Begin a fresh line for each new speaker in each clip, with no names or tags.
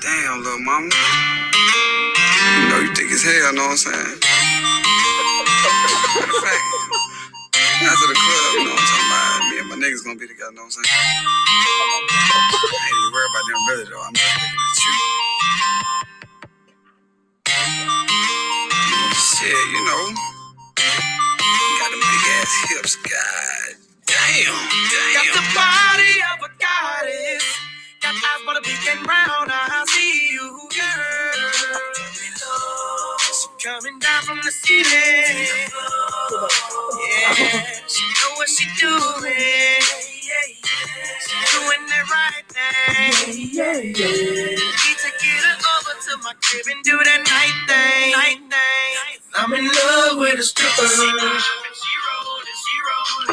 Damn, little mama. You know you thick as hell, know what I'm saying? Matter of fact, after the club, you know what I'm talking about? Me and my niggas gonna be together, know what I'm saying? I ain't even worried about them really though. I'm just looking at you. Shit, you know, you got them big ass hips, god damn, damn. Got the body of a goddess. Got eyes for the pink and brown. I see you, girl. She coming down from the ceiling. Yeah, she know what she doing. She doing the right thing. Yeah, yeah. Need to get her over to my crib and do that night thing. Night thing. I'm in love with a stripper. She climbing, she rolling, she rolling.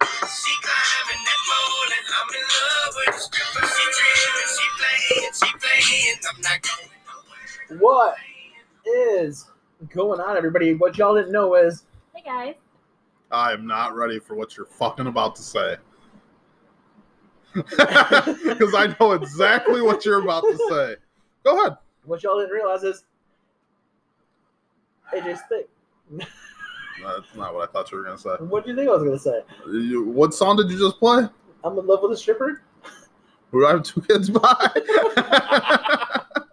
She climbing that pole and I'm in love with a stripper. She tripping, she playing, she playing. I'm not going nowhere. What is going on, everybody? What y'all didn't know is Hey guys.
I am not ready for what you're fucking about to say. Because I know exactly what you're about to say. Go ahead.
what y'all didn't realize is AJ's thick.
No, That's not what I thought you were going to say.
What do you think I was gonna say?
You, what song did you just play?
I'm in love with a stripper.
Who do I have two kids by?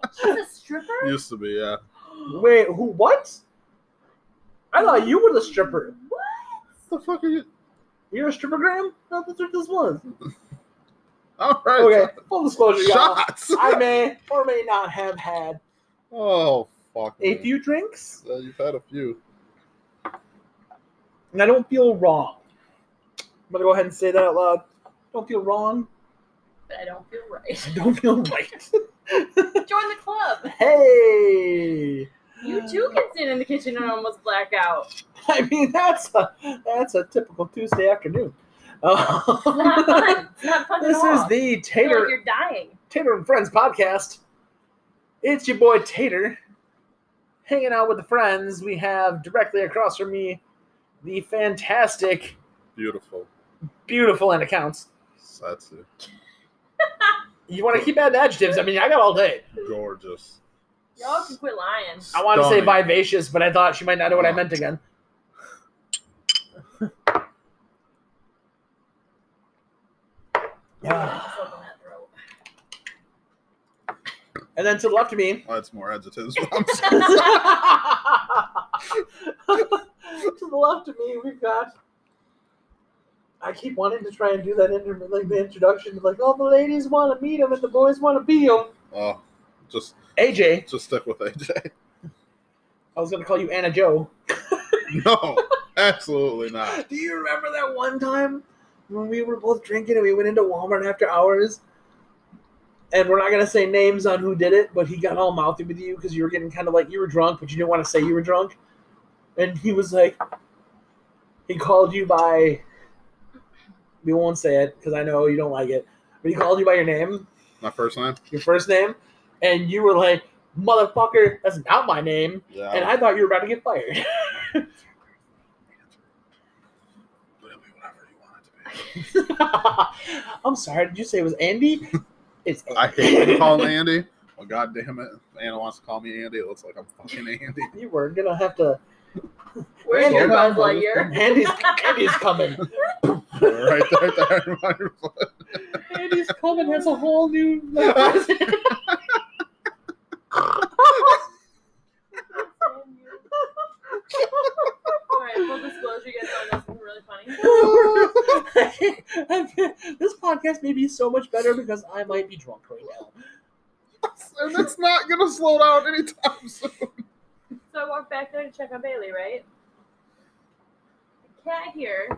She's a stripper?
Used to be, yeah.
Wait, who? What? I thought you were the stripper.
What?
What the fuck are you?
You're a stripper, Graham. No, that's what this was.
All right.
Okay, full disclosure, y'all.
Shots.
I may or may not have had
Oh, fuck.
a
man.
few drinks,
Uh, you've had a few.
and I don't feel wrong. I'm gonna go ahead and say that out loud. Don't feel wrong.
But I don't feel right.
I don't feel right.
Join the club.
hey,
You too can sit in the kitchen and almost black out.
I mean that's a that's a typical Tuesday afternoon.
It's not
Uh,
fun. It's not fun at
this
all.
is the
I feel
Tater
like you're dying.
Tater and Friends podcast. It's your boy Tater hanging out with the friends. We have directly across from me the fantastic,
Beautiful.
beautiful and accounts.
Satsu.
You want to keep adding adjectives? I mean, I got all day.
Gorgeous.
Y'all can quit lying.
I wanted to say
Stunning.
vivacious, but I thought she might not know what I meant again. Ah.
Just open that throat.
And then to the left of me,
That's more adjectives. I'm sorry.
to the left of me, we've got. I keep wanting to try and do that inter- like the introduction, like all the ladies want to meet him and the boys want to be him.
Oh, just
AJ,
just stick with AJ.
I was gonna call you Anna Joe.
No, absolutely not.
Do you remember that one time when we were both drinking and we went into Walmart after hours? And we're not gonna say names on who did it, but he got all mouthy with you because you were getting kind of like you were drunk, but you didn't want to say you were drunk. And he was like, he called you by we won't say it because I know you don't like it. But he called you by your name,
My first name?
your first name, and you were like, "Motherfucker, that's not my name."
Yeah.
And I thought you were about to get fired.
It'll be whatever you want it to
I'm sorry. Did you say it was Andy? It's
be.
Andy.
I hate when you call me Andy. Well, God damn it. If Anna wants to call me Andy. It looks like I'm fucking Andy.
You were gonna have to.
Where's
Slow
your
down,
Buzz
brother.
Lightyear?
Andy's Andy's coming.
right there, there.
Andy's coming has a whole new. Like,
Alright, full disclosure, you guys all know something really funny.
this podcast may be so much better because I might be drunk right now.
and it's not going to slow down anytime soon.
So I walk back there to check on Bailey, right? The cat here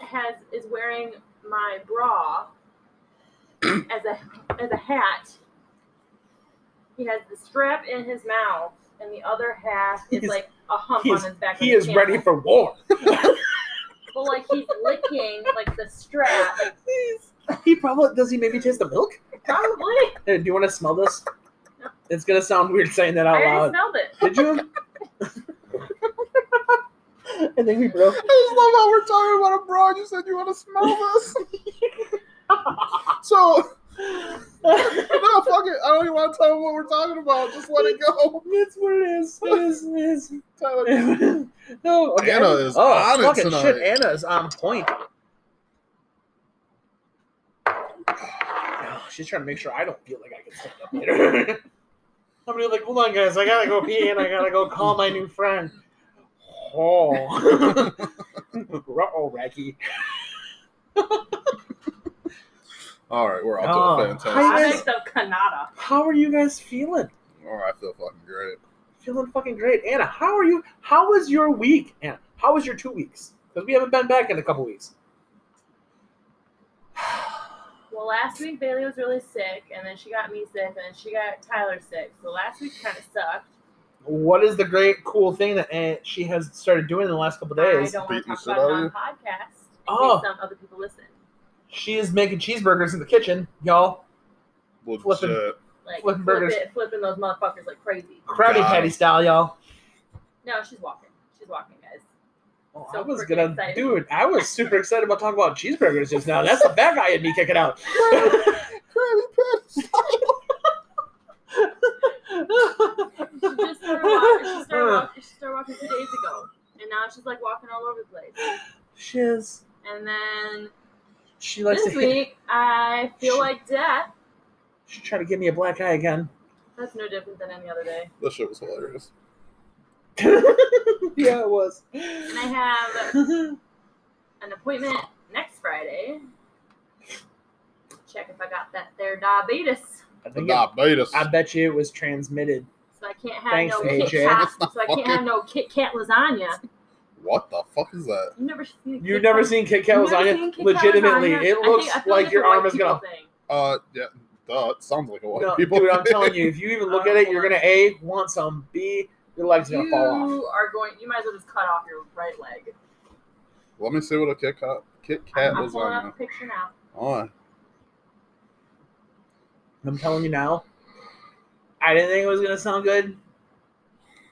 has is wearing my bra as a as a hat. He has the strap in his mouth, and the other half is
He's-
like a hump
He
on
is,
his back.
he
and
is
can't-
ready for war.
Well, like he's licking like the strap.
He's- he probably does. He maybe taste the milk.
Probably.
Hey, do you want to smell this? It's gonna sound weird saying that
I
out
already
loud.
smelled it.
Did you? I think we broke.
I just love how we're talking about a bra. and You said you want to smell this. so, no, fuck don't even want to tell him what we're talking about. Just let it go.
That's what it is. It is. It is.
Tyler,
no, okay.
Anna is
oh,
on it
fucking
tonight.
shit. Anna is on point. Oh, she's trying to make sure I don't feel like I can stand up later. I'm gonna be like, hold on, guys, I gotta go pee and I gotta go call my new friend. Oh, oh, Raggy.
all right, we're off
Oh.
to a fantastic.
Hi.
I
guys-
think the Kanata.
How are you guys feeling?
All right, Oh, I feel fucking great.
Feeling fucking great, Anna. How are you? How was your week, Anna? How was your two weeks? Because we haven't been back in a couple weeks.
Well, last week Bailey was really sick, and then she got me sick, and then she got Tyler sick. So last week kind of sucked.
What is the great cool thing that Aunt, she has started doing in the last couple
I
days?
don't want
Beating
to
the
talk
shit
about it
out of
on
you?
podcast in
Oh.
case some other people listen.
She is making cheeseburgers in the kitchen, y'all. Flippin'.
Legit.
Like
Flipping
flipping,
burgers.
it, flipping those motherfuckers like crazy.
Krabby
God.
Patty style, y'all.
No, she's walking. She's walking, guys.
Oh,
So
I was
freaking
gonna,
excited.
dude. I was super excited about talking about cheeseburgers just now. That's the bad guy in me kicking out.
She just started walking. She started
Uh.
walking, she started walking two days ago, and now she's like walking all over the place.
she is.
And then
She likes
this
to. Hit,
week I feel
She-
like death.
she tried to give me a black eye again.
That's no different than any other day.
This shit was hilarious.
yeah, it was.
And I have an appointment next Friday. Check if I got that there diabetes.
I,
The
think it-
diabetes.
I bet you it was transmitted.
So I can't have
Thanks,
no
AJ.
Kit Kat.
That's not
So I can't have no Kit Kat lasagna.
What the fuck is that?
You never seen Kit
You've never
Kat-
seen Kit Kat
You've never
lasagna?
seen Kit Kat
Legitimately,
lasagna?
it
I
looks
think- I feel
like
it's
your
a white
arm is
people
gonna.
thing.
Uh, yeah, duh. It sounds like a lot
No,
of people.
dude, I'm telling you, if you even look at it, you're gonna a want some, b your leg's gonna fall off.
You are going. You might as well just cut off your right leg.
Let me see what a Kit Kat, Kit Kat
I'm pulling up
lasagna.
a picture now.
Oh,
I'm telling you now. I didn't think it was gonna sound good,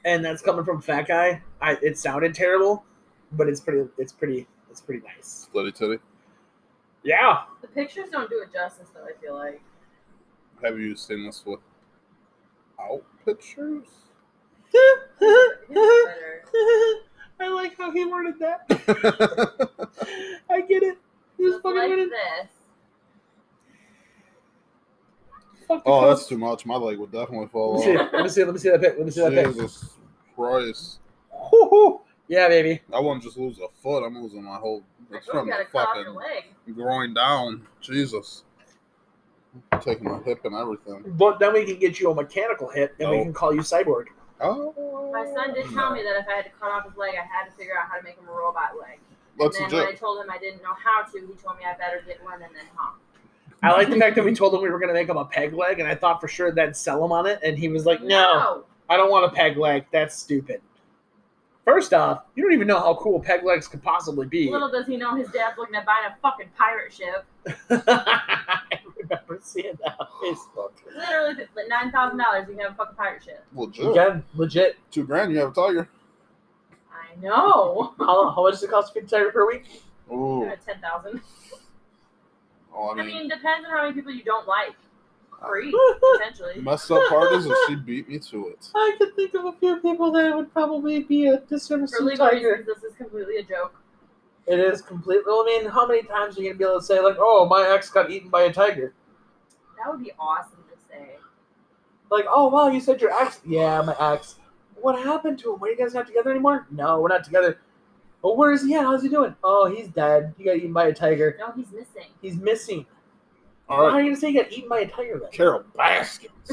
and that's coming from fat guy. I it sounded terrible, but it's pretty. It's pretty. It's pretty nice.
Slitty Titty.
Yeah.
The pictures don't do it justice, though. I feel like.
Have you seen this without pictures?
Here's better.
I like how he worded that.
That's
I get it. He was
Just
fucking
like
worded.
this.
Fuck the
Oh, that's
cops.
too much. My leg would definitely
Let me
fall
see.
off.
Let me see. Let me see that pic. Let me see that pic.
Jesus Christ.
Hoo-hoo. Yeah, baby.
I wouldn't just lose a foot. I'm losing my whole.
I
It's
told
from
you gotta
the
cut off your
fucking
leg.
groin down. Jesus. Taking my hip and everything.
But then we can get you a mechanical hip, and we
No.
can call you cyborg.
Oh.
My son did tell me that if I had to cut off his leg, I had to figure out how to make him a robot leg.
That's
and then when I
legit.
told him I didn't know how to, he told me I better get one and then hump.
I like the fact that we told him we were going to make him a peg leg, and I thought for sure that'd sell him on it, and he was like, "No, I don't want a peg leg. That's stupid." First off, you don't even know how cool peg legs could possibly be.
Little does he know his dad's looking at buying a fucking pirate ship.
I remember seeing that. on Facebook.
Fucking
Literally, like nine thousand dollars, you can have a fucking pirate ship.
Legit.
Again, legit.
Two grand, you have a tiger.
I know.
How, how much does it cost to feed a tiger per week?
Ooh.
Ten thousand.
Oh,
I
I mean,
mean, depends on how many people you don't like.
Uh,
Free, potentially.
messed up part is that she beat me to it.
I could think of a few people that would probably be a disservice
For legal reasons, this is completely a joke.
It is completely. Well, I mean, how many times are you gonna be able to say like, "Oh, my ex got eaten by a tiger"?
That would be awesome to say.
Like, "Oh, wow, you said your ex." Yeah, my ex. What happened to him? Were you guys not together anymore? No, we're not together. Well, where is he at? How's he doing? Oh, he's dead. He got eaten by a tiger.
No, he's missing.
He's missing.
All
How
right.
are you gonna say he got eaten by a tiger then?
Carol Baskins.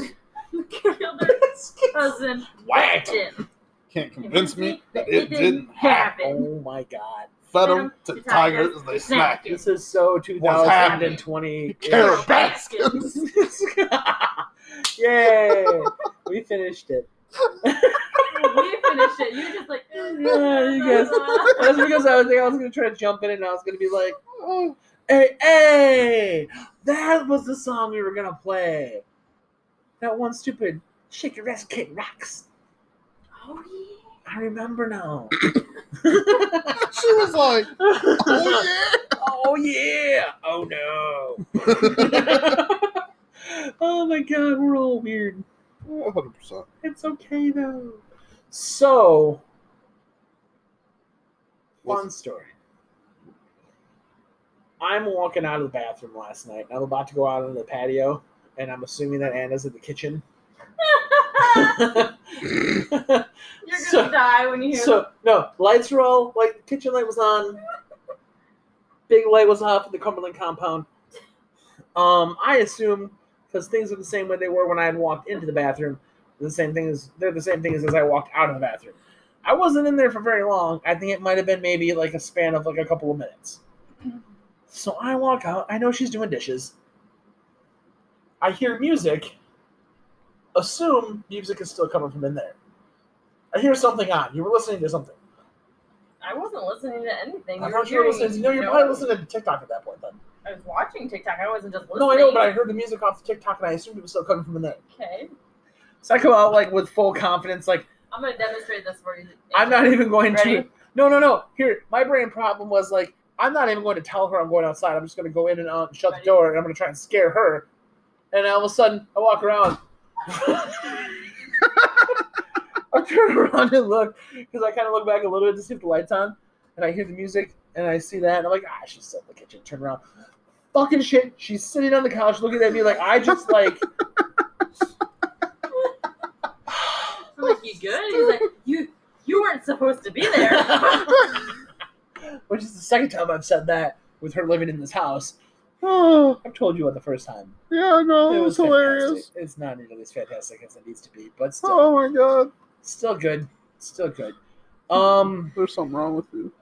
Killed her cousin.
Whacked him.
Jim.
Can't convince me that it
didn't
didn't happen.
Oh my god,
Fed him to tigers as they snack you.
this is so
What's happening?
2020.
Carol
Baskins.
Baskins.
Yay! We finished it.
we finished it. You just like. "Oh,
Yeah, you guys- That's because I was think I was gonna try to jump in and I was gonna be like, oh, hey, hey, that was the song we were gonna play. That one stupid shake your ass kid rocks.
Oh
I remember now.
She was like, oh
oh yeah. Oh no.
yeah.
oh my god, we're all weird.
One hundred percent.
It's okay though. So, fun story. I'm walking out of the bathroom last night, and I'm about to go out onto the patio, and I'm assuming that Anna's in the kitchen.
You're gonna
So-
die when you hear
so no lights were all like the kitchen light was on, big light was off in the Cumberland compound. Um, I assume because things are the same way they were when I had walked into the bathroom, the same thing as they're the same thing as, as I walked out of the bathroom. I wasn't in there for very long. I think it might have been maybe like a span of like a couple of minutes. So I walk out. I know she's doing dishes. I hear music. Assume music is still coming from in there. I hear something on. You were listening to something.
I wasn't listening to anything.
I
You were
thought you were
hearing
listening.
me,
To, no, you're
know?
probably listening to TikTok at that point. Then.
I was watching TikTok. I wasn't just listening.
No, I know, but I heard the music off the TikTok and I assumed it was still coming from in there.
Okay.
So I come out like with full confidence, like
I'm gonna demonstrate this for you.
I'm not even going to.
Ready?
No, no, no. Here, my brain problem was like I'm not even going to tell her I'm going outside. I'm just going to go in and out and shut
Ready?
the door, and I'm going to try and scare her. And all of a sudden, I walk around. I turn around and look because I kind of look back a little bit to see if the lights on, and I hear the music and I see that, and I'm like, ah, she's still in the kitchen. Turn around, fucking shit. She's sitting on the couch looking at me like I just like
I'm like, you good? He's like, you you weren't supposed to be there.
Which is the second time I've said that with her living in this house. Oh, I've told you on the first time.
Yeah, no,
It
it
was
was Oh, hilarious.
fantastic. It's not nearly as fantastic as it needs to be, but still,
Oh my god,
still good, still good. Um,
there's something wrong with you.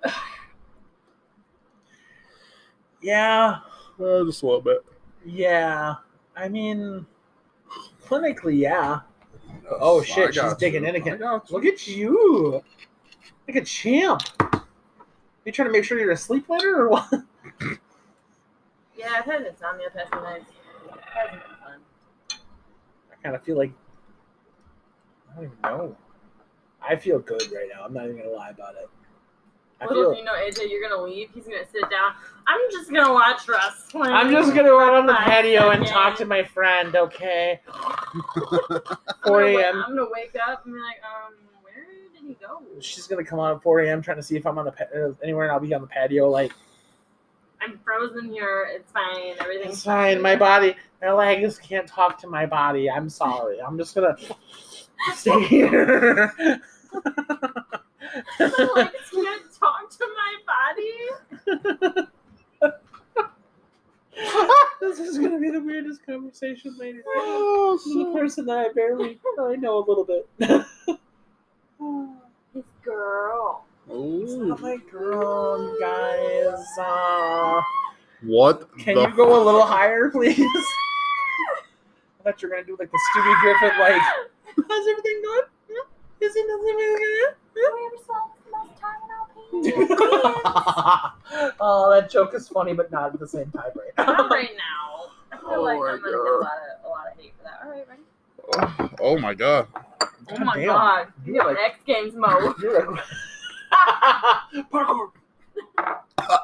yeah,
Uh, just a little bit.
yeah. I mean, clinically, yeah. Oh, shit,
I
she's
got
digging
you.
in again.
I got you.
Look at you, like a champ. You trying to make sure you're asleep later, or what?
yeah, I've had insomnia past few nights. It hasn't been fun.
I kind of feel like I don't even know. I feel good right now. I'm not even gonna lie about it. I
Little
feel.
do you know, AJ, you're gonna leave. He's gonna sit down. I'm just gonna watch wrestling.
I'm just gonna go out on the
Five
patio and talk
seconds.
to my friend, okay?
I'm gonna
4
wa-
a.m.
I'm gonna wake up and be like, um, where did he go?
She's gonna come out at 4 a.m. trying to see if I'm on the pa- uh, anywhere, and I'll be on the patio. Like
I'm frozen here. It's fine. Everything's
it's fine, my body, my legs can't talk to my body. I'm sorry. I'm just gonna stay here.
My legs can't talk to my body.
this is gonna be the weirdest conversation later.
Oh,
This is a
shit.
person that I barely I know a little bit.
His girl.
It's not
Ooh.
my girl, guys. Uh,
What?
Can
the
you go a little higher, please? I thought you were gonna do like the Stewie Griffin, like, how's everything going? Yeah. Isn't everything good? Yeah." oh, that joke is funny, but not at the same time
Not
right
right now. I feel
Oh
like
my
I'm gonna get a
God.
lot of a lot of hate for that. All right, ready?
Oh, oh my god.
oh my
damn.
god,
You
you're
like-
X Games
now.
mode.
You're like, parkour. I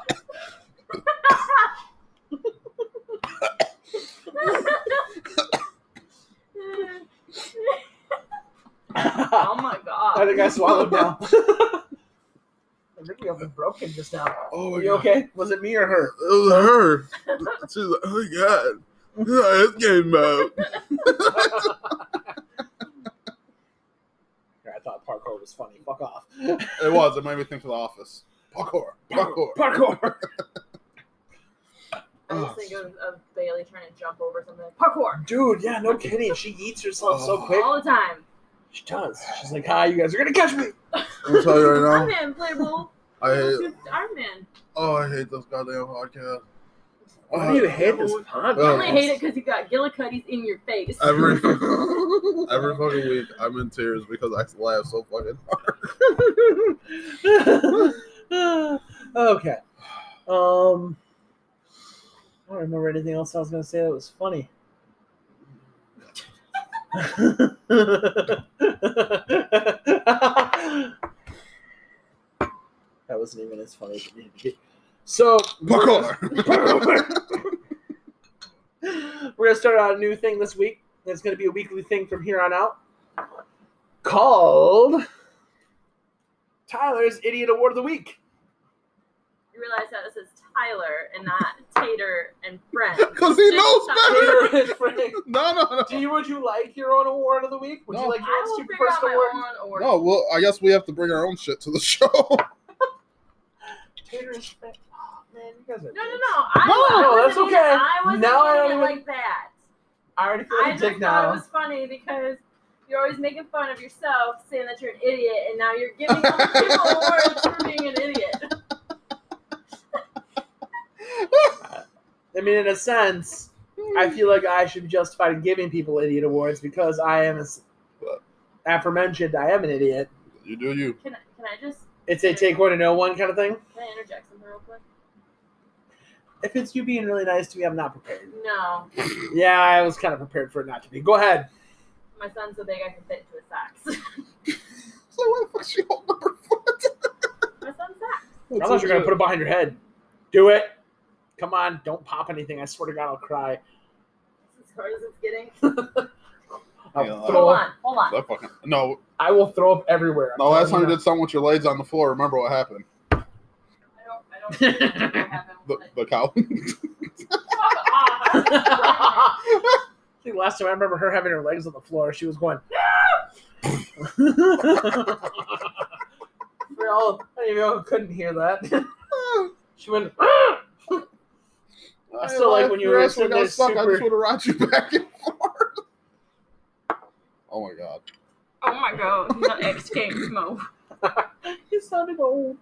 oh my
think
god.
I swallowed now. I think we all been broken just now.
Oh
Are
my
you
god.
okay? Was it me or her?
It was her. She's like, oh my god. This is how this game mode.
I thought parkour was funny. Fuck off.
It was. It made me think of the office. Parkour. Parkour.
Parkour.
I just think of, of Bailey trying to jump over something. Parkour
Dude, yeah, no kidding. She eats herself so
Oh.
quick.
all the time.
She does. She's like, hi, you guys are going to catch me.
I'm gonna tell you
Iron
right now.
Man, playable.
I hate
Iron Man.
oh I hate this goddamn podcast.
Why do you hate this
You
Oh.
podcast?
Uh, only hate it because you got Gillicuddies in your face.
Every every fucking week I'm in tears because I laugh so fucking
okay. Um, I don't remember anything else I was going to say that was funny. that wasn't even as funny as it needed to be. So,
Parkour.
We're gonna start out a new thing this week. That's going to be a weekly thing from here on out called Tyler's Idiot Award of the Week.
You realize that this is Tyler and not Tater and Friend.
Because he
There's
knows
something-
better.
Taylor and Frank.
No, no, no.
Do you would you like your own award of the week? Would you
No.
like your
I
own
will
stupid
figure out
person
my
award?
own award.
No, well, I guess we have to bring our own shit to the show.
Taylor and Frank. Oh, man, you guys are
No, no,
dicks.
no. I,
No,
I
no, that's
wasn't
okay.
meaning- I wasn't
Now I
meaning
don't
it
even-
like that.
I already feel
I
like a
just
dick
thought
now.
it was funny because you're always making fun of yourself, saying that you're an idiot, and now you're giving other people awards for being an idiot.
I mean, in a sense, I
Hmm.
feel like I should be justified in giving people idiot awards because I am, as aforementioned, I am an idiot.
you do you.
Can I, can I just
It's a take one and no one kind of thing.
can I interject something real quick?
If it's you being really nice to me, I'm not prepared.
No,
Yeah, I was kind of prepared for it not to be. Go ahead.
my son's so big I can fit into his socks.
So what the fuck she holding up her
my son's socks.
foot?
Unless you're gonna put it behind your head, do it. Come on, don't pop anything. I swear to God, I'll cry.
As far as it's getting.
I'll
Yeah,
throw
Hold
up.
on, hold on.
That fucking no.
I will throw up everywhere. I'm
The last time
telling
you did something with your legs on the floor, remember what happened?
I don't. I don't. Think that happened,
The,
but-
the cow.
Fuck off.
I think last time I remember her having her legs on the floor, she was going. we all, I didn't even- couldn't hear that. She went. I still like when you
Your
were
ass
sitting
would've
there
got stuck. I
super-
just would have rocked you back and forth. Oh my god.
Oh my god, he's on X Games mode.
You sounded old.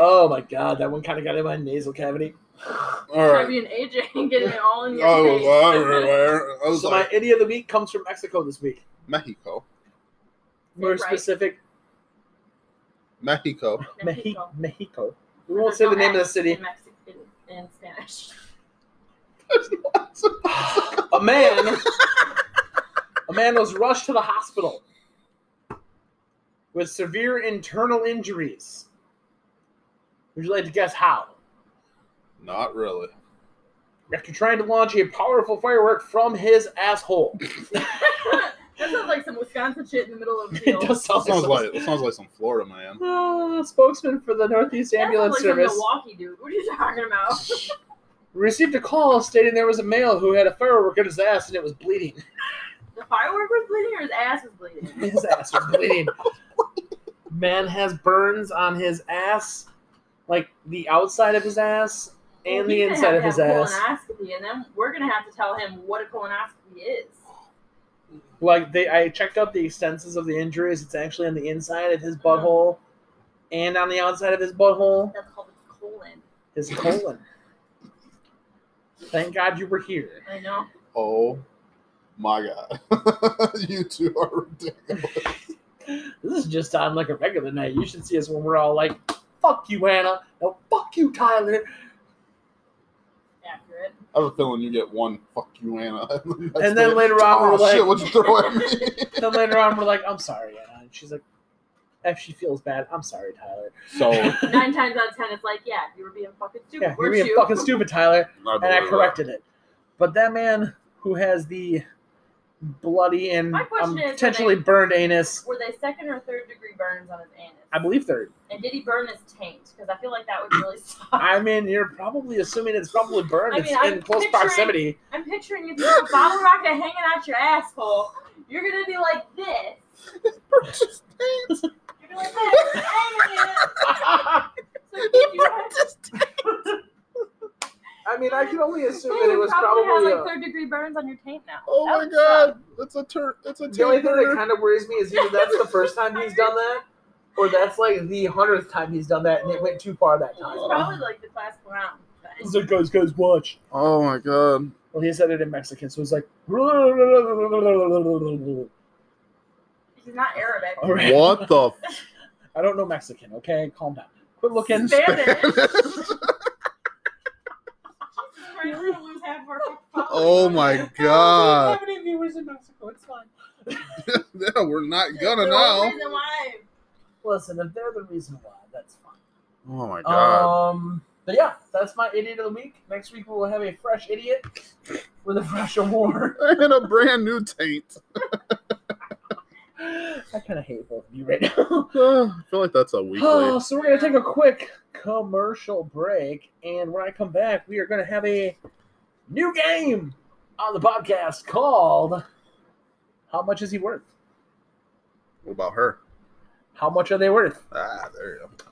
Oh my god, that one kind of got in my nasal cavity.
All right.
Tribune AJ and getting it all in your
Oh,
face.
well, everywhere. I was
So
like
my idiot of the week comes from Mexico this week.
Mexico,
More
Right.
specific,
Mexico.
Mexico. Mexico.
Mexico.
We won't say the name of the city.
In Mexican in Spanish.
A man, a man was rushed to the hospital with severe internal injuries. Would you like to guess how?
Not really.
After trying to launch a powerful firework from his asshole.
that sounds like some Wisconsin shit in the middle of the
It
field.
does sound
sounds
like,
like that sounds like some Florida man.
Uh, spokesman for the Northeast
That
Ambulance
sounds like
Service
some Milwaukee dude. What are you talking about?
received a call stating there was a male who had a firework in his ass and it was bleeding.
The firework was bleeding or his ass was bleeding?
His ass was bleeding. Man has burns on his ass, like the outside of his ass and the
He's gonna
inside
have
of
to
his
have
ass.
Colonoscopy, and then we're gonna have to tell him what a colonoscopy is.
Like they, I checked out the extents of the injuries. It's actually on the inside of his butthole, and on the outside of his butthole,
That's called a colon.
his colon. Thank God you were here.
I know.
Oh my god. you two are ridiculous.
This is just on like a regular night. You should see us when we're all like, "Fuck you, Anna," no, "Fuck you, Tyler,"
Accurate.
I have a feeling you get one fuck you Anna. and
and then later on
oh,
we're like,
shit, what you throw at me?
then later on, we're like, I'm sorry, Anna. And she's like, if she feels bad, I'm sorry, Tyler.
so
Nine times out of ten, it's like, yeah, you were being fucking stupid,
Yeah, you're
weren't
being
you?
fucking stupid, Tyler.
not
And I
really
corrected it. But that man who has the bloody and
My question
um,
is,
potentially
like-
burned anus,
Were they second or third degree burns on his anus?
I believe third.
And did he burn his taint? Because I feel like that would really suck.
I mean, you're probably assuming it's probably burned.
I
it's
mean, I'm
in close
picturing-
proximity.
I'm picturing if you have a bottle rocket hanging out your asshole, you're gonna be like this. You're gonna be like this. and hanging it.
I
So if you had-
mean, I can only assume that
Hey, you
it was
probably,
probably.
have like
a-
third degree burns on your taint now.
uh, Oh
That
my
would suck.
god. It's a tur it's a
the only
tape
thing that
burner.
kind of worries me is either that's the first time he's done that, or that's like the hundredth time he's done that, and it went too far that
It's
time.
probably like the class clown. thing.
So guys, guys, watch.
Oh my god.
Well, he said it in Mexican, so he's like,
He's not Arabic.
All right.
What the
I don't know Mexican, okay? Calm down. Quit looking.
Spanish.
f-
We're gonna lose half our followers.
Oh my god.
How many viewers in Mexico? It's fine.
yeah, we're not gonna
The
know.
only reason why
Listen, if they're the reason why, that's fine.
Oh my god.
Um, But yeah, that's my idiot of the week. Next week we will have a fresh idiot with a fresh award.
and a brand new taint.
I kind of hate both of you right now.
Uh, I feel like that's a week
Oh,
late.
so we're gonna take a quick commercial break, and when I come back, we are gonna have a new game on the podcast called "How Much Is He Worth."
What about her?
How much are they worth?
Ah, there you go.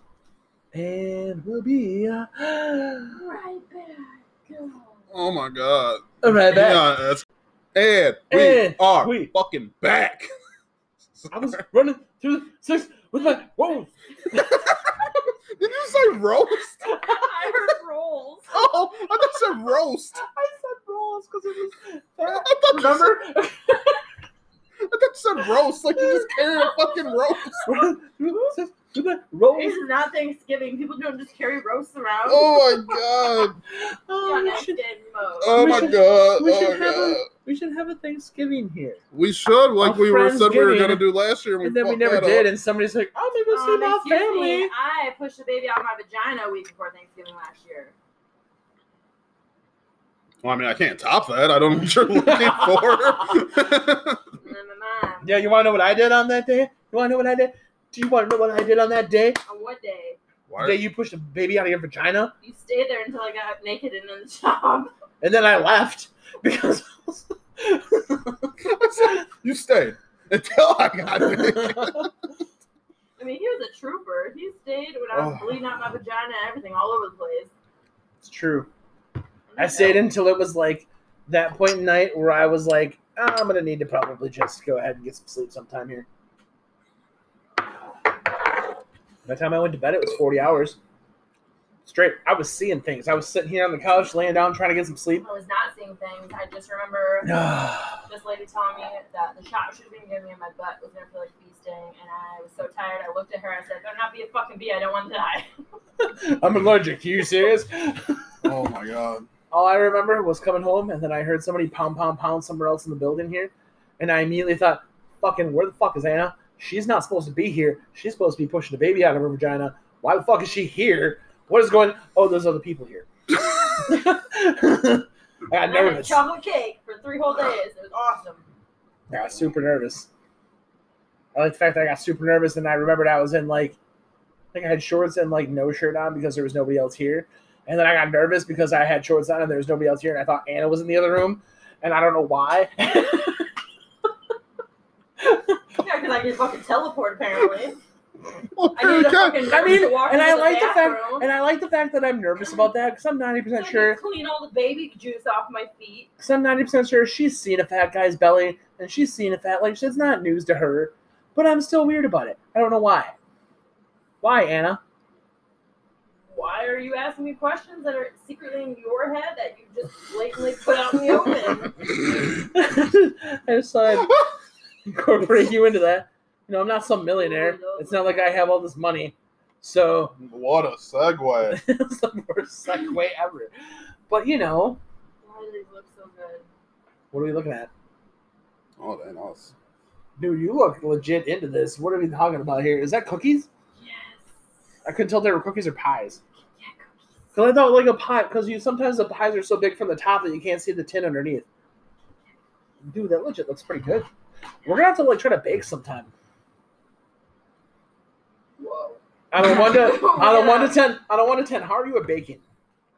And we'll be uh, right
Right back.
Oh my god.
back.
Yeah, that's and we
And
are
we-
fucking back.
I was running through the six with my whoa.
Did you say roast?
I heard rolls.
Oh, I thought you said roast.
I said rolls because it
I
was.
thought you said-
Remember,
I thought you said roast, like you just carried a fucking roast.
running through the six with my rolls.
It's not Thanksgiving. People don't just carry roasts around.
Oh my god.
Oh,
Yeah,
we
that's
should,
dead mode.
Oh
We
my
should-
god. Oh
we
my
should have a
god.
we should have a Thanksgiving here.
We should, like
A
we were said we were gonna
Friendsgiving.
do last year,
And then we
fucked
never
that up.
did, and somebody's like, "I'm gonna see
Um,
my
excuse
family."
Me, I pushed a baby out of my vagina a week before Thanksgiving last year.
Well, I mean, I can't top that. I don't know what you're looking for.
And then my mom,
Yeah, you want to know what I did on that day? You want to know what I did? Do you want to know what I did on that day?
on what day?
Why are
The day you pushed a baby out of your vagina,
You stayed there until I got naked and in the job.
and then I left because.
I said, you stayed until I got it.
I mean, he was a trooper. He stayed when I was
Oh.
bleeding out my vagina and everything all over the place.
it's true.
And
I
then-
stayed until it was like that point in night where I was like, "Ah, I'm gonna need to probably just go ahead and get some sleep sometime here. By the time I went to bed, it was 40 hours straight. I was seeing things. I was sitting here on the couch, laying down, trying to get some sleep.
I was not seeing things. I just remember this lady telling me that the shot she was going to give me in my butt was going to feel like a bee sting. And I was so tired. I looked at her and I said, better not be a fucking bee. I don't want to die.
I'm allergic. Are you serious?
Oh my god.
All I remember was coming home, and then I heard somebody pound, pound, pound somewhere else in the building here, and I immediately thought, "Fucking, where the fuck is Anna? She's not supposed to be here. She's supposed to be pushing the baby out of her vagina. Why the fuck is she here? What is going? Oh, there's other people here." I got
And I had
nervous. I
chocolate cake for three whole days. It was awesome.
got super nervous. I like the fact that I got super nervous, and I remembered I was in like, I think I had shorts and like no shirt on because there was nobody else here. And then I got nervous because I had shorts on and there was nobody else here, and I thought Anna was in the other room, and I don't know why.
Yeah, because I can fucking teleport apparently.
Well,
I
here we
need a
go.
fucking
I mean,
to walk
and
into
I
the
like the fact,
bathroom.
and I like the fact that I'm nervous about that because I'm 90
So I
percent
can
sure.
Clean all the baby juice off my feet.
Because I'm 90 percent sure she's seen a fat guy's belly and she's seen a fat like it's not news to her, but I'm still weird about it. I don't know why. Why Anna?
Why are you asking me questions that are secretly in your head that you just blatantly put out in the open?
I just thought I'd incorporate you into that. You know, I'm not some
Oh,
millionaire. It's not like I have all this money, so
What a segue.
it's the worst segue ever. But you know,
Why do they look so good?
what are we looking at?
Oh, dang, us.
Dude, you look legit into this. What are we talking about here? Is that cookies?
Yes.
I couldn't tell if they were cookies or pies.
Yeah, cookies.
Cause I thought like a pie, cause you sometimes the pies are so big from the top that you can't see the tin underneath. Dude, that legit looks pretty good. We're gonna have to like try to bake sometime.
Whoa.
On a one to
Oh
on a one to ten on a one to ten, how are you at baking?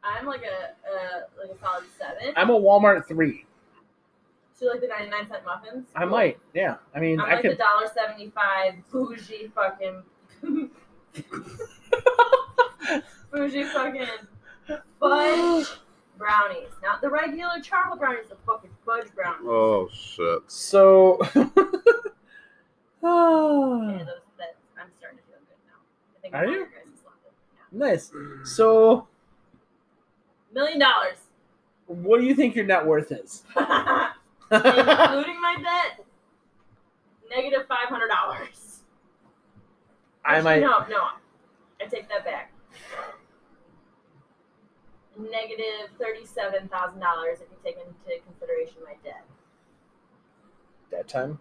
I'm like a uh, like a solid seven.
I'm a Walmart three.
so like the 99 cent muffins.
I might, yeah. I mean,
I'm
I
like the
could.
dollar seventy five bougie fucking bougie fucking fudge brownies. Not the regular chocolate brownies, the fucking fudge brownies.
Oh shit.
So.
Yeah,
Ah,
those, that, I'm starting to feel good now. I think
Are
I'm on
you?
your guys' level. Yeah.
nice. So,
Million dollars.
what do you think your net worth is?
Including my bet, negative five hundred dollars.
I might.
No, no. I take that back. Negative thirty-seven thousand dollars if you take into consideration my debt.
That time.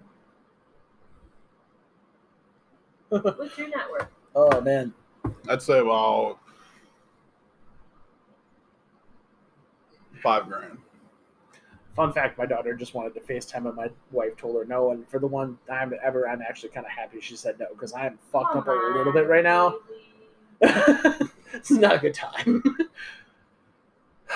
What's your net worth?
Oh man.
I'd say well Five grand.
Fun fact: My daughter just wanted to FaceTime, and my wife told her no. And for the one time ever, I'm actually kind of happy she said no because I am fucked up
Come
a little
on,
bit right now.
Lily.
this is not a good time.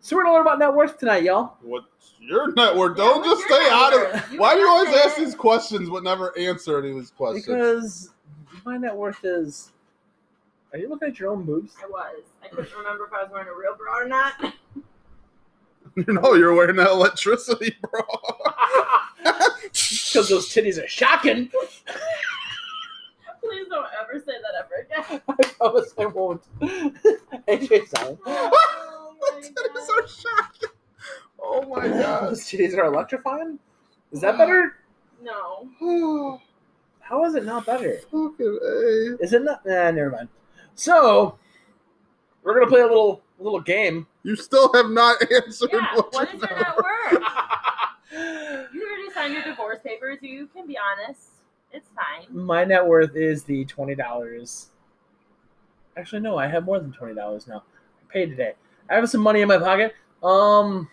so we're gonna learn about net worth tonight, y'all.
What's your net worth? Don't
Yeah,
just
what's your
stay
net
out of
worth?
it. Why do you always
got
ask
that.
these questions but never answer any of these questions?
Because my net worth is. Are you looking at your own boobs?
I was. I couldn't remember if I was wearing a real bra or not.
no, you're wearing that electricity bra.
Because those titties are shocking.
Please don't ever say that ever again.
I promise I Oh, won't. AJ, sorry.
Oh my
that is
God.
so shocking. Oh my god.
Those titties are electrifying. Is that better?
No.
Oh,
How is it not better?
fucking A.
Is it not? Nah, never mind. So we're gonna play a little little game.
You still have not answered
Yeah,
what,
what
your
is your
net
net worth? You already signed your divorce papers. You can be honest. It's fine.
My net worth is the twenty dollars. Actually, no, I have more than twenty dollars now. I paid today. I have some money in my pocket. Um,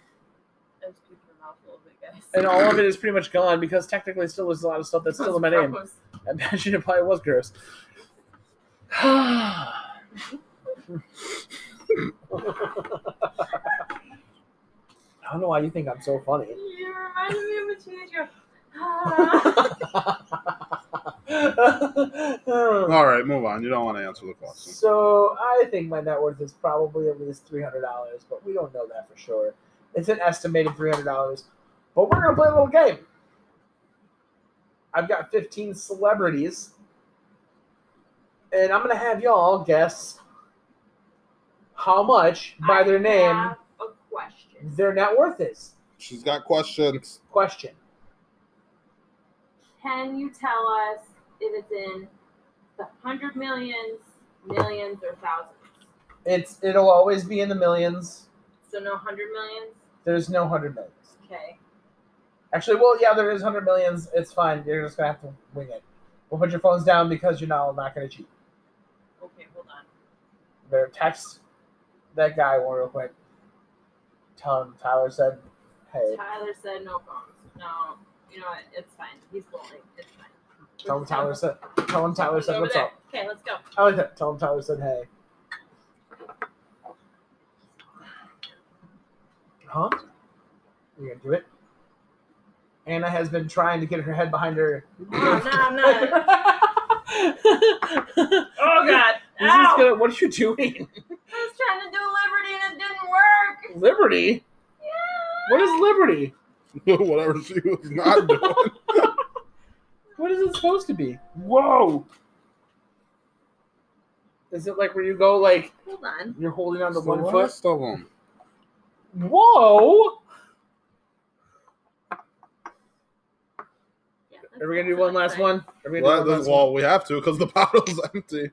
I was keeping your mouth a little bit, guys.
and all of it is pretty much gone because technically, still there's a lot of stuff that's still in my name.
Gross.
I imagine it probably was gross. I don't know why you think I'm so funny.
You reminded me of a teenager. Ah.
All right, move on. You don't want to answer the question.
So I think my net worth is probably at least three hundred dollars, but we don't know that for sure. It's an estimated three hundred dollars. But we're gonna play a little game. I've got fifteen celebrities, and I'm gonna have y'all guess how much by their
I
name
have a question.
their net worth is.
She's got questions.
Question.
Can you tell us if it's in the hundred millions, millions, or thousands?
It's it'll always be in the millions.
So no hundred millions.
There's no hundred millions.
Okay.
Actually, well, yeah, there is hundred millions. It's fine. You're just gonna have to wing it. We'll put your phones down because you're now not gonna cheat.
Okay, hold on.
Better text that guy one real quick. Tell him Tyler said, "Hey,
Tyler said no phones. No, you know what? It's fine. He's lonely. It's fine.
tell him Tyler said, tell him Tyler
Over
said what's
there.
up."
Okay, let's go.
I like that. Tell him Tyler said, "Hey." Huh? You gonna do it? Anna has been trying to get her head behind her.
Oh, no, I'm not. Oh, God.
This is
Ow!
gonna- what are you doing?
I was trying to do Liberty and it didn't work.
Liberty? What is liberty?
Whatever she was not doing.
What is it supposed to be? Whoa! Is it like where you go like
Hold on.
you're holding on to
the
one foot?
rest of them.
Whoa!
Yeah,
Are we gonna do one last one? Are we
Well,
gonna do
this,
one last one?
well, we have to because the bottle's empty.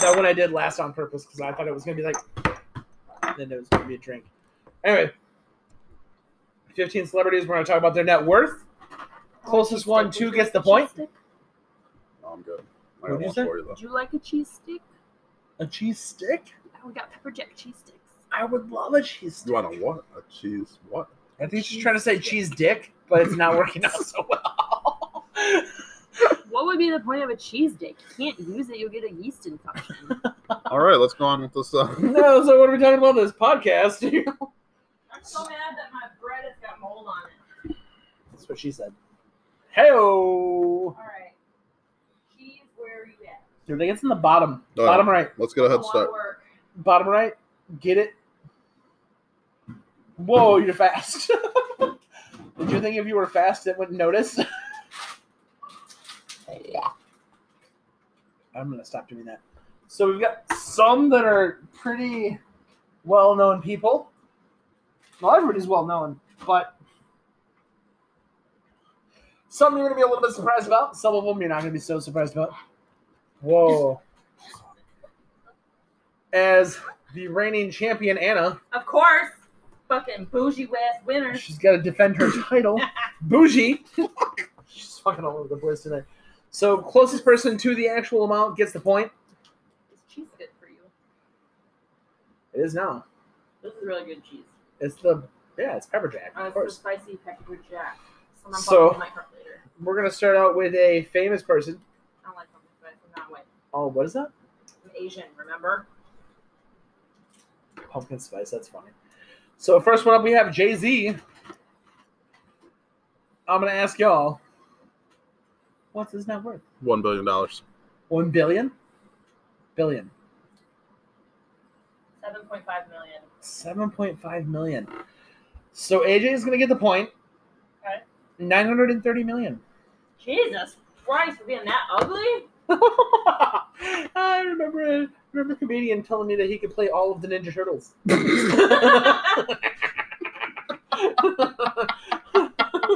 That one I did last on purpose because I thought it was gonna be like then it was gonna be a drink. Anyway. 15 celebrities, we're gonna talk about their net worth. Closest one, two gets the point.
No, I'm good. I
What'd
got
you
one
say?
for you though.
Would you like a cheese stick?
A cheese stick?
Oh, we got pepper jack cheese sticks.
I would love a cheese
You
stick.
want a what? A cheese? What?
I think she's trying to say cheese dick, but it's not working out so well.
What would be the point of a cheese stick? You can't use it, you'll get a yeast infection.
All right, let's go on with this. Uh,
no, so what are we talking about in this podcast?
I'm so mad that my bread has got mold on it.
That's what she said. Heyo.
All right. Cheese, where are you at?
I think it's in the bottom.
Oh, yeah.
Bottom right.
let's get a
I
head
wanna
start.
work.
Bottom right. Get it. Whoa, you're fast. Did you think if you were fast it wouldn't notice? I'm gonna stop doing that. So we've got some that are pretty well known people. Well, everybody's well known, but some you're gonna be a little bit surprised about, some of them you're not gonna be so surprised about. Whoa. As the reigning champion Anna,
Of course. Fucking bougie ass winner.
she's gotta defend her title. Bougie. she's fucking all over the place tonight. So closest person to the actual amount gets the point.
Is cheese good for you?
It is now.
This is really good cheese.
It's the yeah, it's pepper jack,
Uh,
of
it's the
course.
spicy pepper jack. Someone
So-
bought me my cart later.
We're gonna start out with a famous person.
I don't like pumpkin spice. I'm not white.
Oh, what is that?
I'm Asian, remember?
Pumpkin spice. That's funny. So first one up, we have Jay Z. I'm gonna ask y'all, what's his net worth?
One billion dollars.
One billion. Billion.
7.5 million.
Seven point five million. So AJ is gonna get the point.
Okay.
Nine hundred and thirty million.
Jesus Christ, for being that ugly?
I remember I remember a comedian telling me that he could play all of the Ninja Turtles.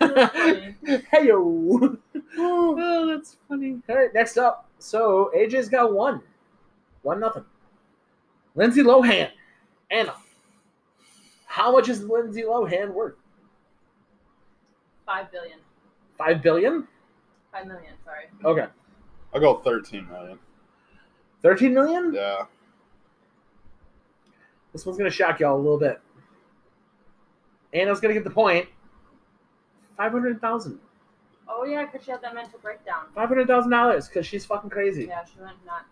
Really?
hey yo. oh, that's funny. All right, next up. So AJ's got one. One nothing. Lindsay Lohan. Anna. How much is Lindsay Lohan worth?
5 billion.
Five billion?
5 million, sorry.
Okay.
I'll go thirteen million.
Thirteen million?
Yeah.
This one's gonna shock y'all a little bit. Anna's gonna get the point. Five hundred thousand.
Oh, yeah, because she had that mental breakdown.
Five hundred thousand dollars because she's fucking crazy.
Yeah, she went nuts.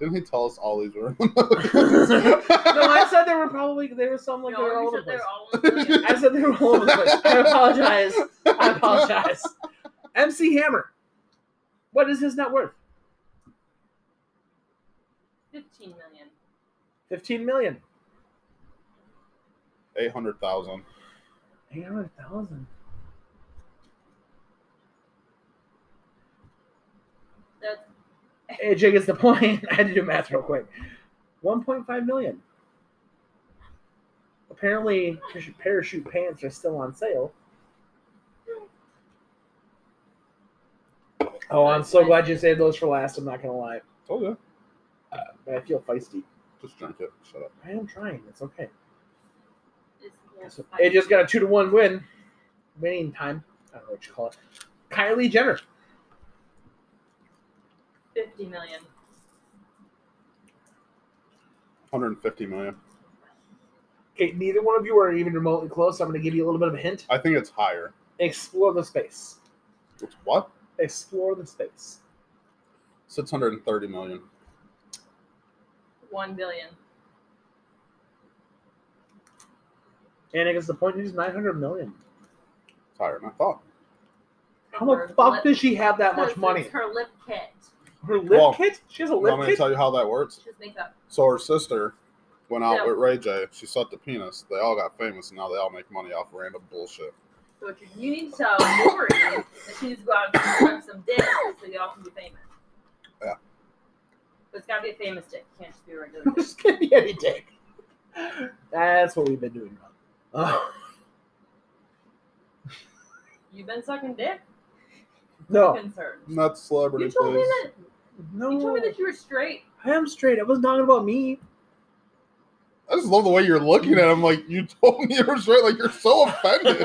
Didn't he tell us all these were?
No, I said there were probably there were some like
no,
they were all
you
over the
said they're
place.
all over the place.
I said they were all over the place. I apologize. I apologize. MC Hammer. What is his net worth?
15 million.
Fifteen million.
Eight hundred thousand.
Eight hundred thousand.
That's
AJ gets the point. I had to do math real quick. One point five million. Apparently, parachute pants are still on sale. Oh, I'm so glad you saved those for last. I'm not gonna lie, Uh,
Okay.
but I feel feisty.
Just drink it. Shut up.
I am trying. It's okay.
it's, yeah,
So
five
it just
million.
got a two to one win. Winning time. I don't know what you call it. Kylie Jenner.
50 million.
Hundred and fifty million.
Okay, neither one of you are even remotely close. I'm going to give you a little bit of a hint.
I think it's higher.
Explore the space.
It's what?
Explore the space.
Six hundred and thirty million.
1 billion.
And I guess the point is 900 million.
It's higher than I thought.
How the fuck does she have that much
Because
money?
It's her lip kit.
Her lip
Well,
kit? She has a
You
lip
want me to
kit?
tell you how that works?
She just makes up.
So her sister went out
Yeah.
with Ray J. She sucked the penis. They all got famous, and now they all make money off random bullshit.
So what you, you need to tell Lori that she needs to go out and suck some dick so y'all can be famous.
Yeah.
But it's gotta be a famous dick. It can't just be a regular dick.
Just give me any dick. That's what we've been doing wrong. Oh,
You've been sucking dick?
no.
Concerned.
Not celebrity,
You told me
please.
that
No.
you told me that you were straight.
I am straight. I wasn't talking about me.
I just love the way you're looking at him. Like you told me you were straight. Like you're so offended.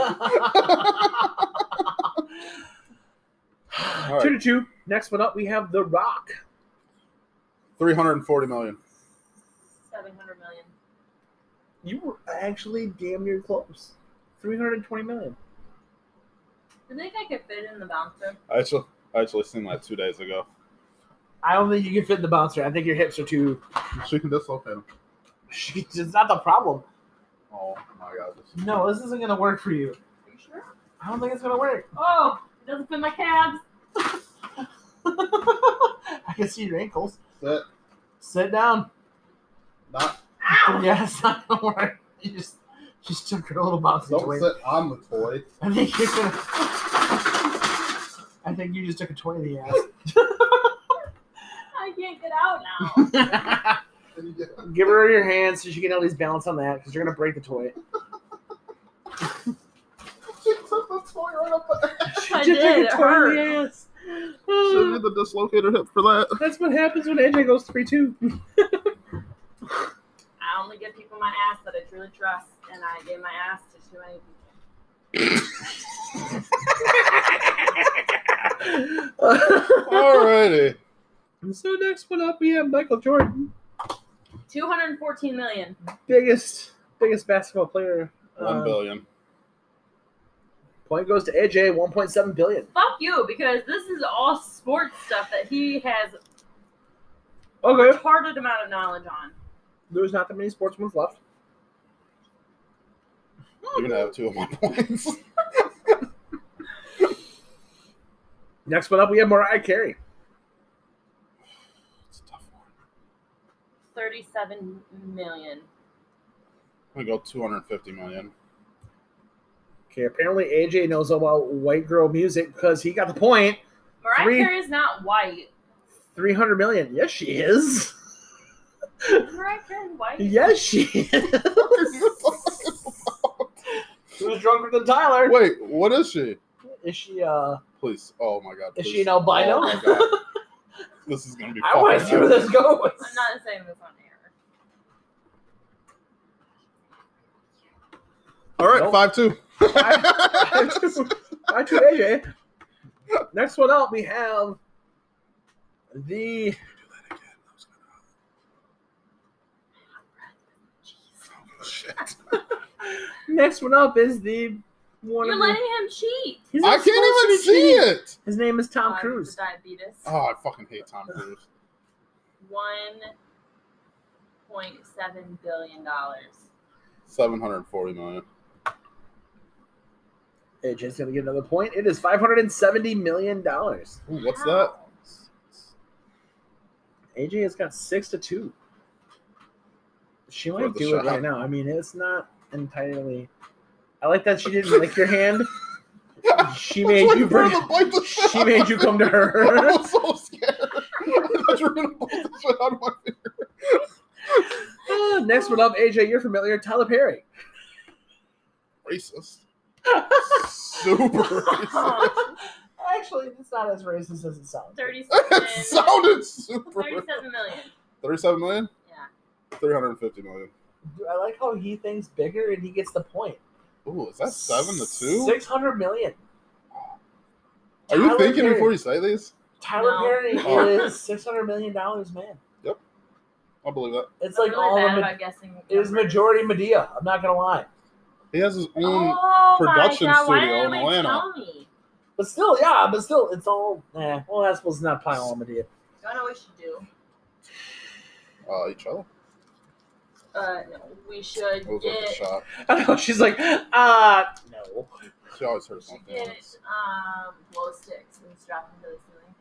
right.
Two to two. Next one up, we have The Rock.
Three hundred and forty million.
Seven hundred million.
You were actually damn near close. 320 million.
Do you think I could fit in the bouncer?
I actually, I actually seen that two days ago.
I don't think you can fit in the bouncer. I think your hips are too.
She can dislocate him.
It's not the problem.
Oh my god. This
No, this isn't going to work for you.
Are you sure?
I don't think it's going to work.
Oh, it doesn't fit my calves.
I can see your ankles.
Sit.
Sit down.
Not.
Yeah, it's not going to work. You just, just took your little bouncer
Don't
toy.
sit on the toy.
I think you're going to. I think you just took a toy to the ass.
I can't get out now.
Give her your hand so she can at least balance on that because you're gonna break the toy.
she took the toy right up. The-
I did, it hurt.
ass. Oh,
she did the dislocated hip for that.
That's what happens when AJ goes three two.
I only give people my ass that I truly trust, and I give my ass to too many people.
Alrighty.
so next one up, we have Michael Jordan,
214 million.
biggest biggest basketball player.
One
Uh,
billion.
point goes to AJ, 1.7 billion.
Fuck you, because this is all sports stuff that he has a
Okay,
retarded amount of knowledge on.
there's not that many sports ones left.
You're gonna have two of my points.
Next one up, we have Mariah Carey,
It's a tough one.
37 million.
I'm gonna go 250 million.
Okay, apparently AJ knows about white girl music because he got the point.
Mariah
Three.
Carey is not white.
300 million. Yes, she is.
Is Mariah Carey white?
Yes, she is. Who's drunker than Tyler?
Wait, what is she?
Is she, uh,
Please. Oh my god.
Is
please.
she an albino?
Oh my god. This is gonna be.
I want to see
fucking
where this goes.
I'm not saying this on air.
All right,
Nope.
five two.
I I to AJ. Next one up, we have the
Shit.
next one up is the one.
You're
of
letting him cheat.
the, He's
I
not supposed
can't even
to
see
cheat.
it.
His name is Tom
Uh,
Cruise.
Diabetes.
Oh, I fucking hate Tom Cruise.
One point seven billion dollars.
Seven hundred forty million.
AJ's gonna get another point. It is five hundred and seventy million dollars.
Ooh, what's that?
Wow.
AJ has got six to two. She
Worth
might
a
do
shot.
it right now. I mean, it's not entirely. I like that she didn't lick your hand. She made you bring. She made you come to
I
her.
was so scared. I thought you were gonna pull the shit out of my face.
Uh, Next one up, AJ, you're familiar. Tyler Perry.
Racist. Super racist.
Actually, it's not as racist as it sounds.
Thirty-seven.
It sounded super. racist.
Thirty-seven million.
Thirty-seven million.
Yeah.
Three hundred fifty million.
I like how he thinks bigger and he gets the point.
Ooh, is that seven to two?
Six hundred million.
Are you
Tyler
thinking
Perry.
before you say these?
Tyler
No.
Oh.
Perry is six hundred million dollars, man.
I believe that.
It's
I'm
like
really
all
bad
of Ma-
about guessing.
it was
numbers.
majority Medea. I'm not gonna lie,
He has his own.
Oh
production
my God, why didn't
studio in
anybody
Atlanta.
tell me?
but still, yeah, but still, it's all. Eh, well, that's supposed to not pile on Medea.
You wanna know what we should do?
Uh, each other.
Uh, no, we should
Those are the
get,
shot.
I know she's like, uh no.
She always heard
should
something.
get um glow sticks and strap them to the ceiling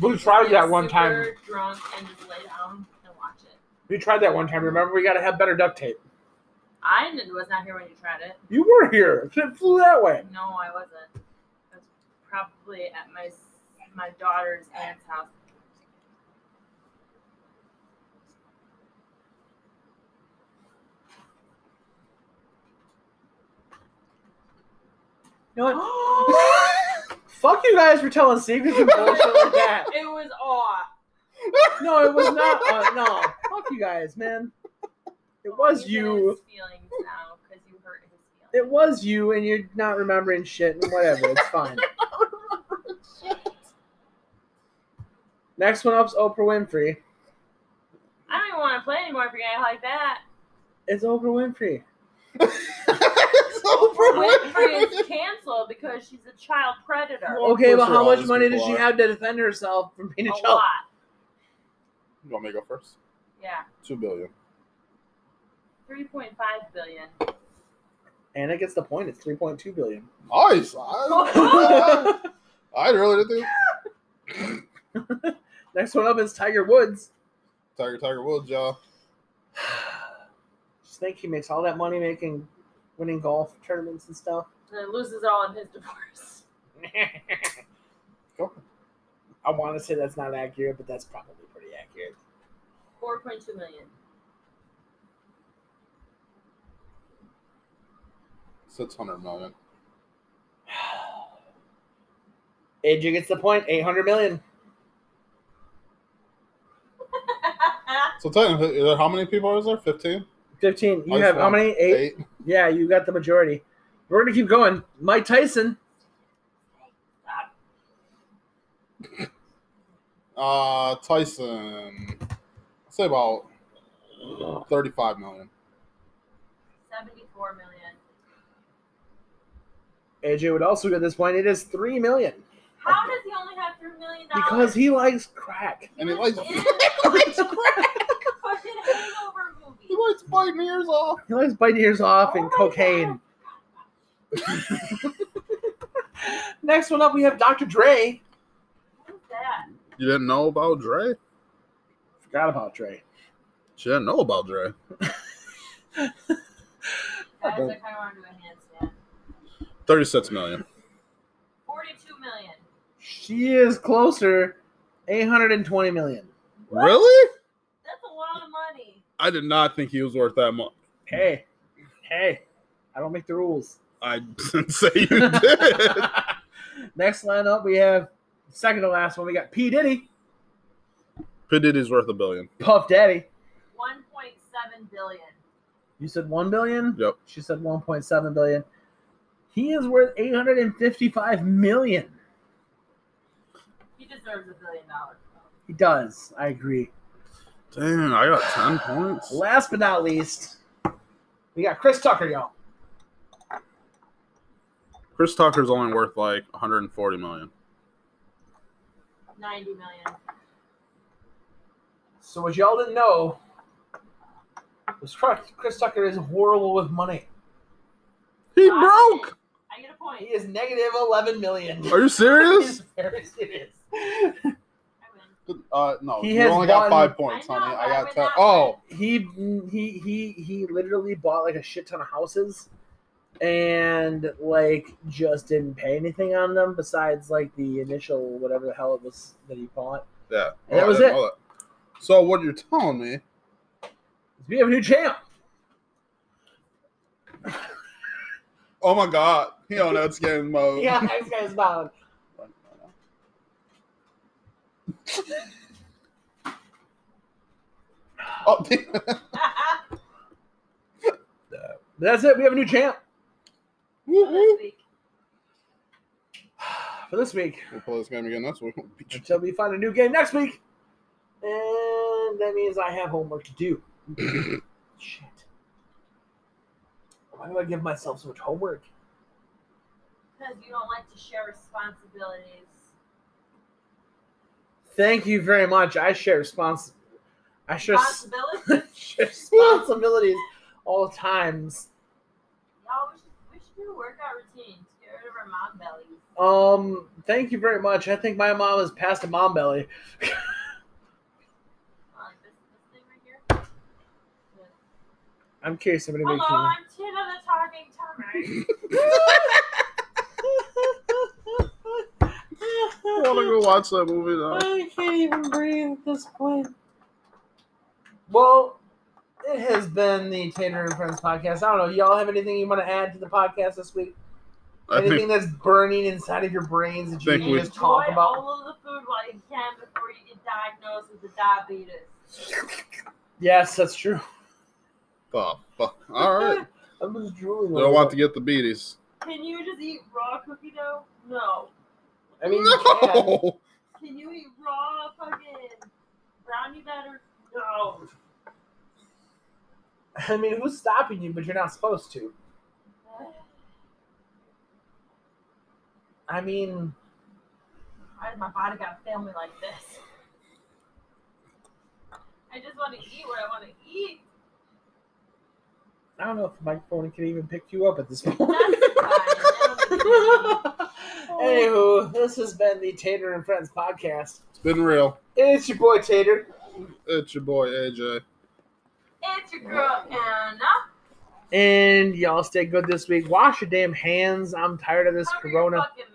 fan.
We tried
Get
that one time.
super Drunk and just lay down and watch it.
We tried that one time. Remember, we gotta have better duct tape.
I n- was not here when you tried it.
You were here. It flew that way.
No, I wasn't. I was probably at my s- my daughter's aunt's house.
You know what? Fuck you guys for telling secrets and bullshit like that.
It was awe.
No, it was not. Uh, no, fuck you guys, man. It was
He's in
you.
His feelings now because you hurt his feelings.
It was you, and you're not remembering shit and whatever. It's fine. Next one up's Oprah Winfrey.
I don't even want to play anymore if you're gonna act like that.
It's Oprah Winfrey.
it's
Oprah
over with.
Winfrey is canceled because she's a child predator.
Well,
Okay,
of
but
course
how
all
much
these
money
people
does she
are.
have to defend herself from
A
being Oh, a
lot.
child?
You want me to go first?
Yeah.
Two billion.
Three point five billion.
Anna gets the point. It's three point two billion.
Nice. I, I really did think.
Next one up is Tiger Woods.
Tiger, Tiger Woods, y'all.
Just think he makes all that money making, winning golf tournaments and stuff.
And then loses it all in his divorce.
I want to say that's not accurate, but that's probably pretty accurate.
Four point two million.
Six hundred million.
AJ gets the point. Eight hundred million.
So technically, there- how many people is there? Fifteen.
Fifteen. You
I just
have how
want
many? Eight? Yeah, you got the majority. We're gonna keep going. Mike Tyson.
Uh, Tyson, I'd say about thirty-five million.
74 million.
AJ would also get this point. It is three million
How does he only have $3 million?
because he likes crack.
And he
was
likes-
in the fucking hangover
He
movie.
likes biting ears off.
He likes biting ears off
Oh
and
my
cocaine. Next one up, we have Dr. Dre.
What is that?
You didn't know about Dre?
Forgot about Dre.
She didn't know about Dre.
Guys, I
don't-
kind of want to do a handstand.
Thirty-six million.
42 million.
She is closer, 820 million.
Really?
That's a lot of money.
I did not think he was worth that much.
Hey, hey, I don't make the rules.
I didn't say you did.
Next lineup, we have second to last one. We got P. Diddy,
P Diddy's worth a billion.
Puff Daddy.
1.7 billion.
You said 1 billion?
Yep.
She said 1.7 billion. He is worth 855 million.
He deserves a billion dollars.
He does. I agree.
Dang, I got ten points.
Last but not least, we got Chris Tucker, y'all.
Chris Tucker's only worth like 140 million.
90 million.
So what y'all didn't know was Chris Chris Tucker is horrible with money.
He
Wow.
broke.
I get a point.
He is negative 11 million.
Are you serious?
He's very serious.
I win.
Uh, no,
He
you
has
only got
won-
five points,
I know,
honey. I
but I
got
would
ten.
not-
Oh,
He he he he literally bought like a shit ton of houses and like just didn't pay anything on them besides like the initial whatever the hell it was that he bought.
yeah.
And that
Oh, I
was
didn't
it.
know that. So what you're telling me?
We have a new champ.
Oh my God, he don't know it's game mode.
Yeah, this guy's not.
Oh, damn.
That's it. We have a new champ
Woo, woo.
This week.
for this week.
We'll play this game again next week. We'll beat you.
until we find a new game next week. And that means I have homework to do. Shit. Why do I give myself so much homework?
Because you don't like to share responsibilities.
Thank you very much. I share respons- I share, s-
Responsibilities?
share responsibilities all times.
Y'all, we should, we should do a workout routine to get rid of our mom bellies.
Um, thank you very much. I think my mom is past a mom belly.
Come on, this, this thing right here.
I'm curious if anybody
Hello,
can.
I'm Tina the Talking Tom.
I want to go watch that movie now.
I can't even breathe at this point. Well, it has been the Tater and Friends podcast. I don't know. Y'all have anything you want to add to the podcast this week?
I
anything
think
that's burning inside of your brains that you
Think
need
we-
to just talk
Enjoy
about?
all of the food while you can before you get diagnosed with the diabetes.
Yes, that's true.
the fuck. All right.
I'm just drooling.
They don't
over
want
it.
to get the beaties.
Can you just eat raw cookie dough? No.
I mean, you can.
No.
Can you eat raw fucking brownie batter? No.
I mean, who's stopping you? But you're not supposed to. I mean,
Why does my body got a family like this? I just want to eat what I want to eat.
I don't know if the microphone can even pick you up at this point.
That's fine. That'll be
Anywho, this has been the Tater and Friends podcast.
It's been real.
It's your boy Tater.
It's your boy
fine.
AJ.
It's your girl Anna.
And y'all stay good this week. Wash your damn hands. I'm tired of this
Cover your
corona
fucking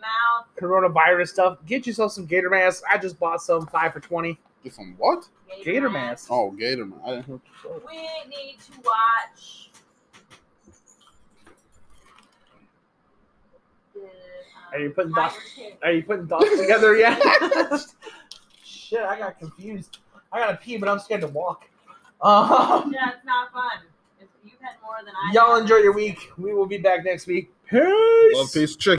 mouth.
coronavirus stuff. Get yourself some gator masks. I just bought some five for twenty.
Get some what?
Gator masks.
Oh, Gator Man. I didn't hear what you said.
We need to watch. the, um,
Are you putting
Tiger
doc-
King.
Are you putting thoughts together yet? Shit, I got confused. I gotta pee, but I'm scared to walk. Um,
Yeah, it's not fun. It's- You've had more than I
y'all
have.
enjoy your week. We will be back next week. Peace.
Love, peace, chicken.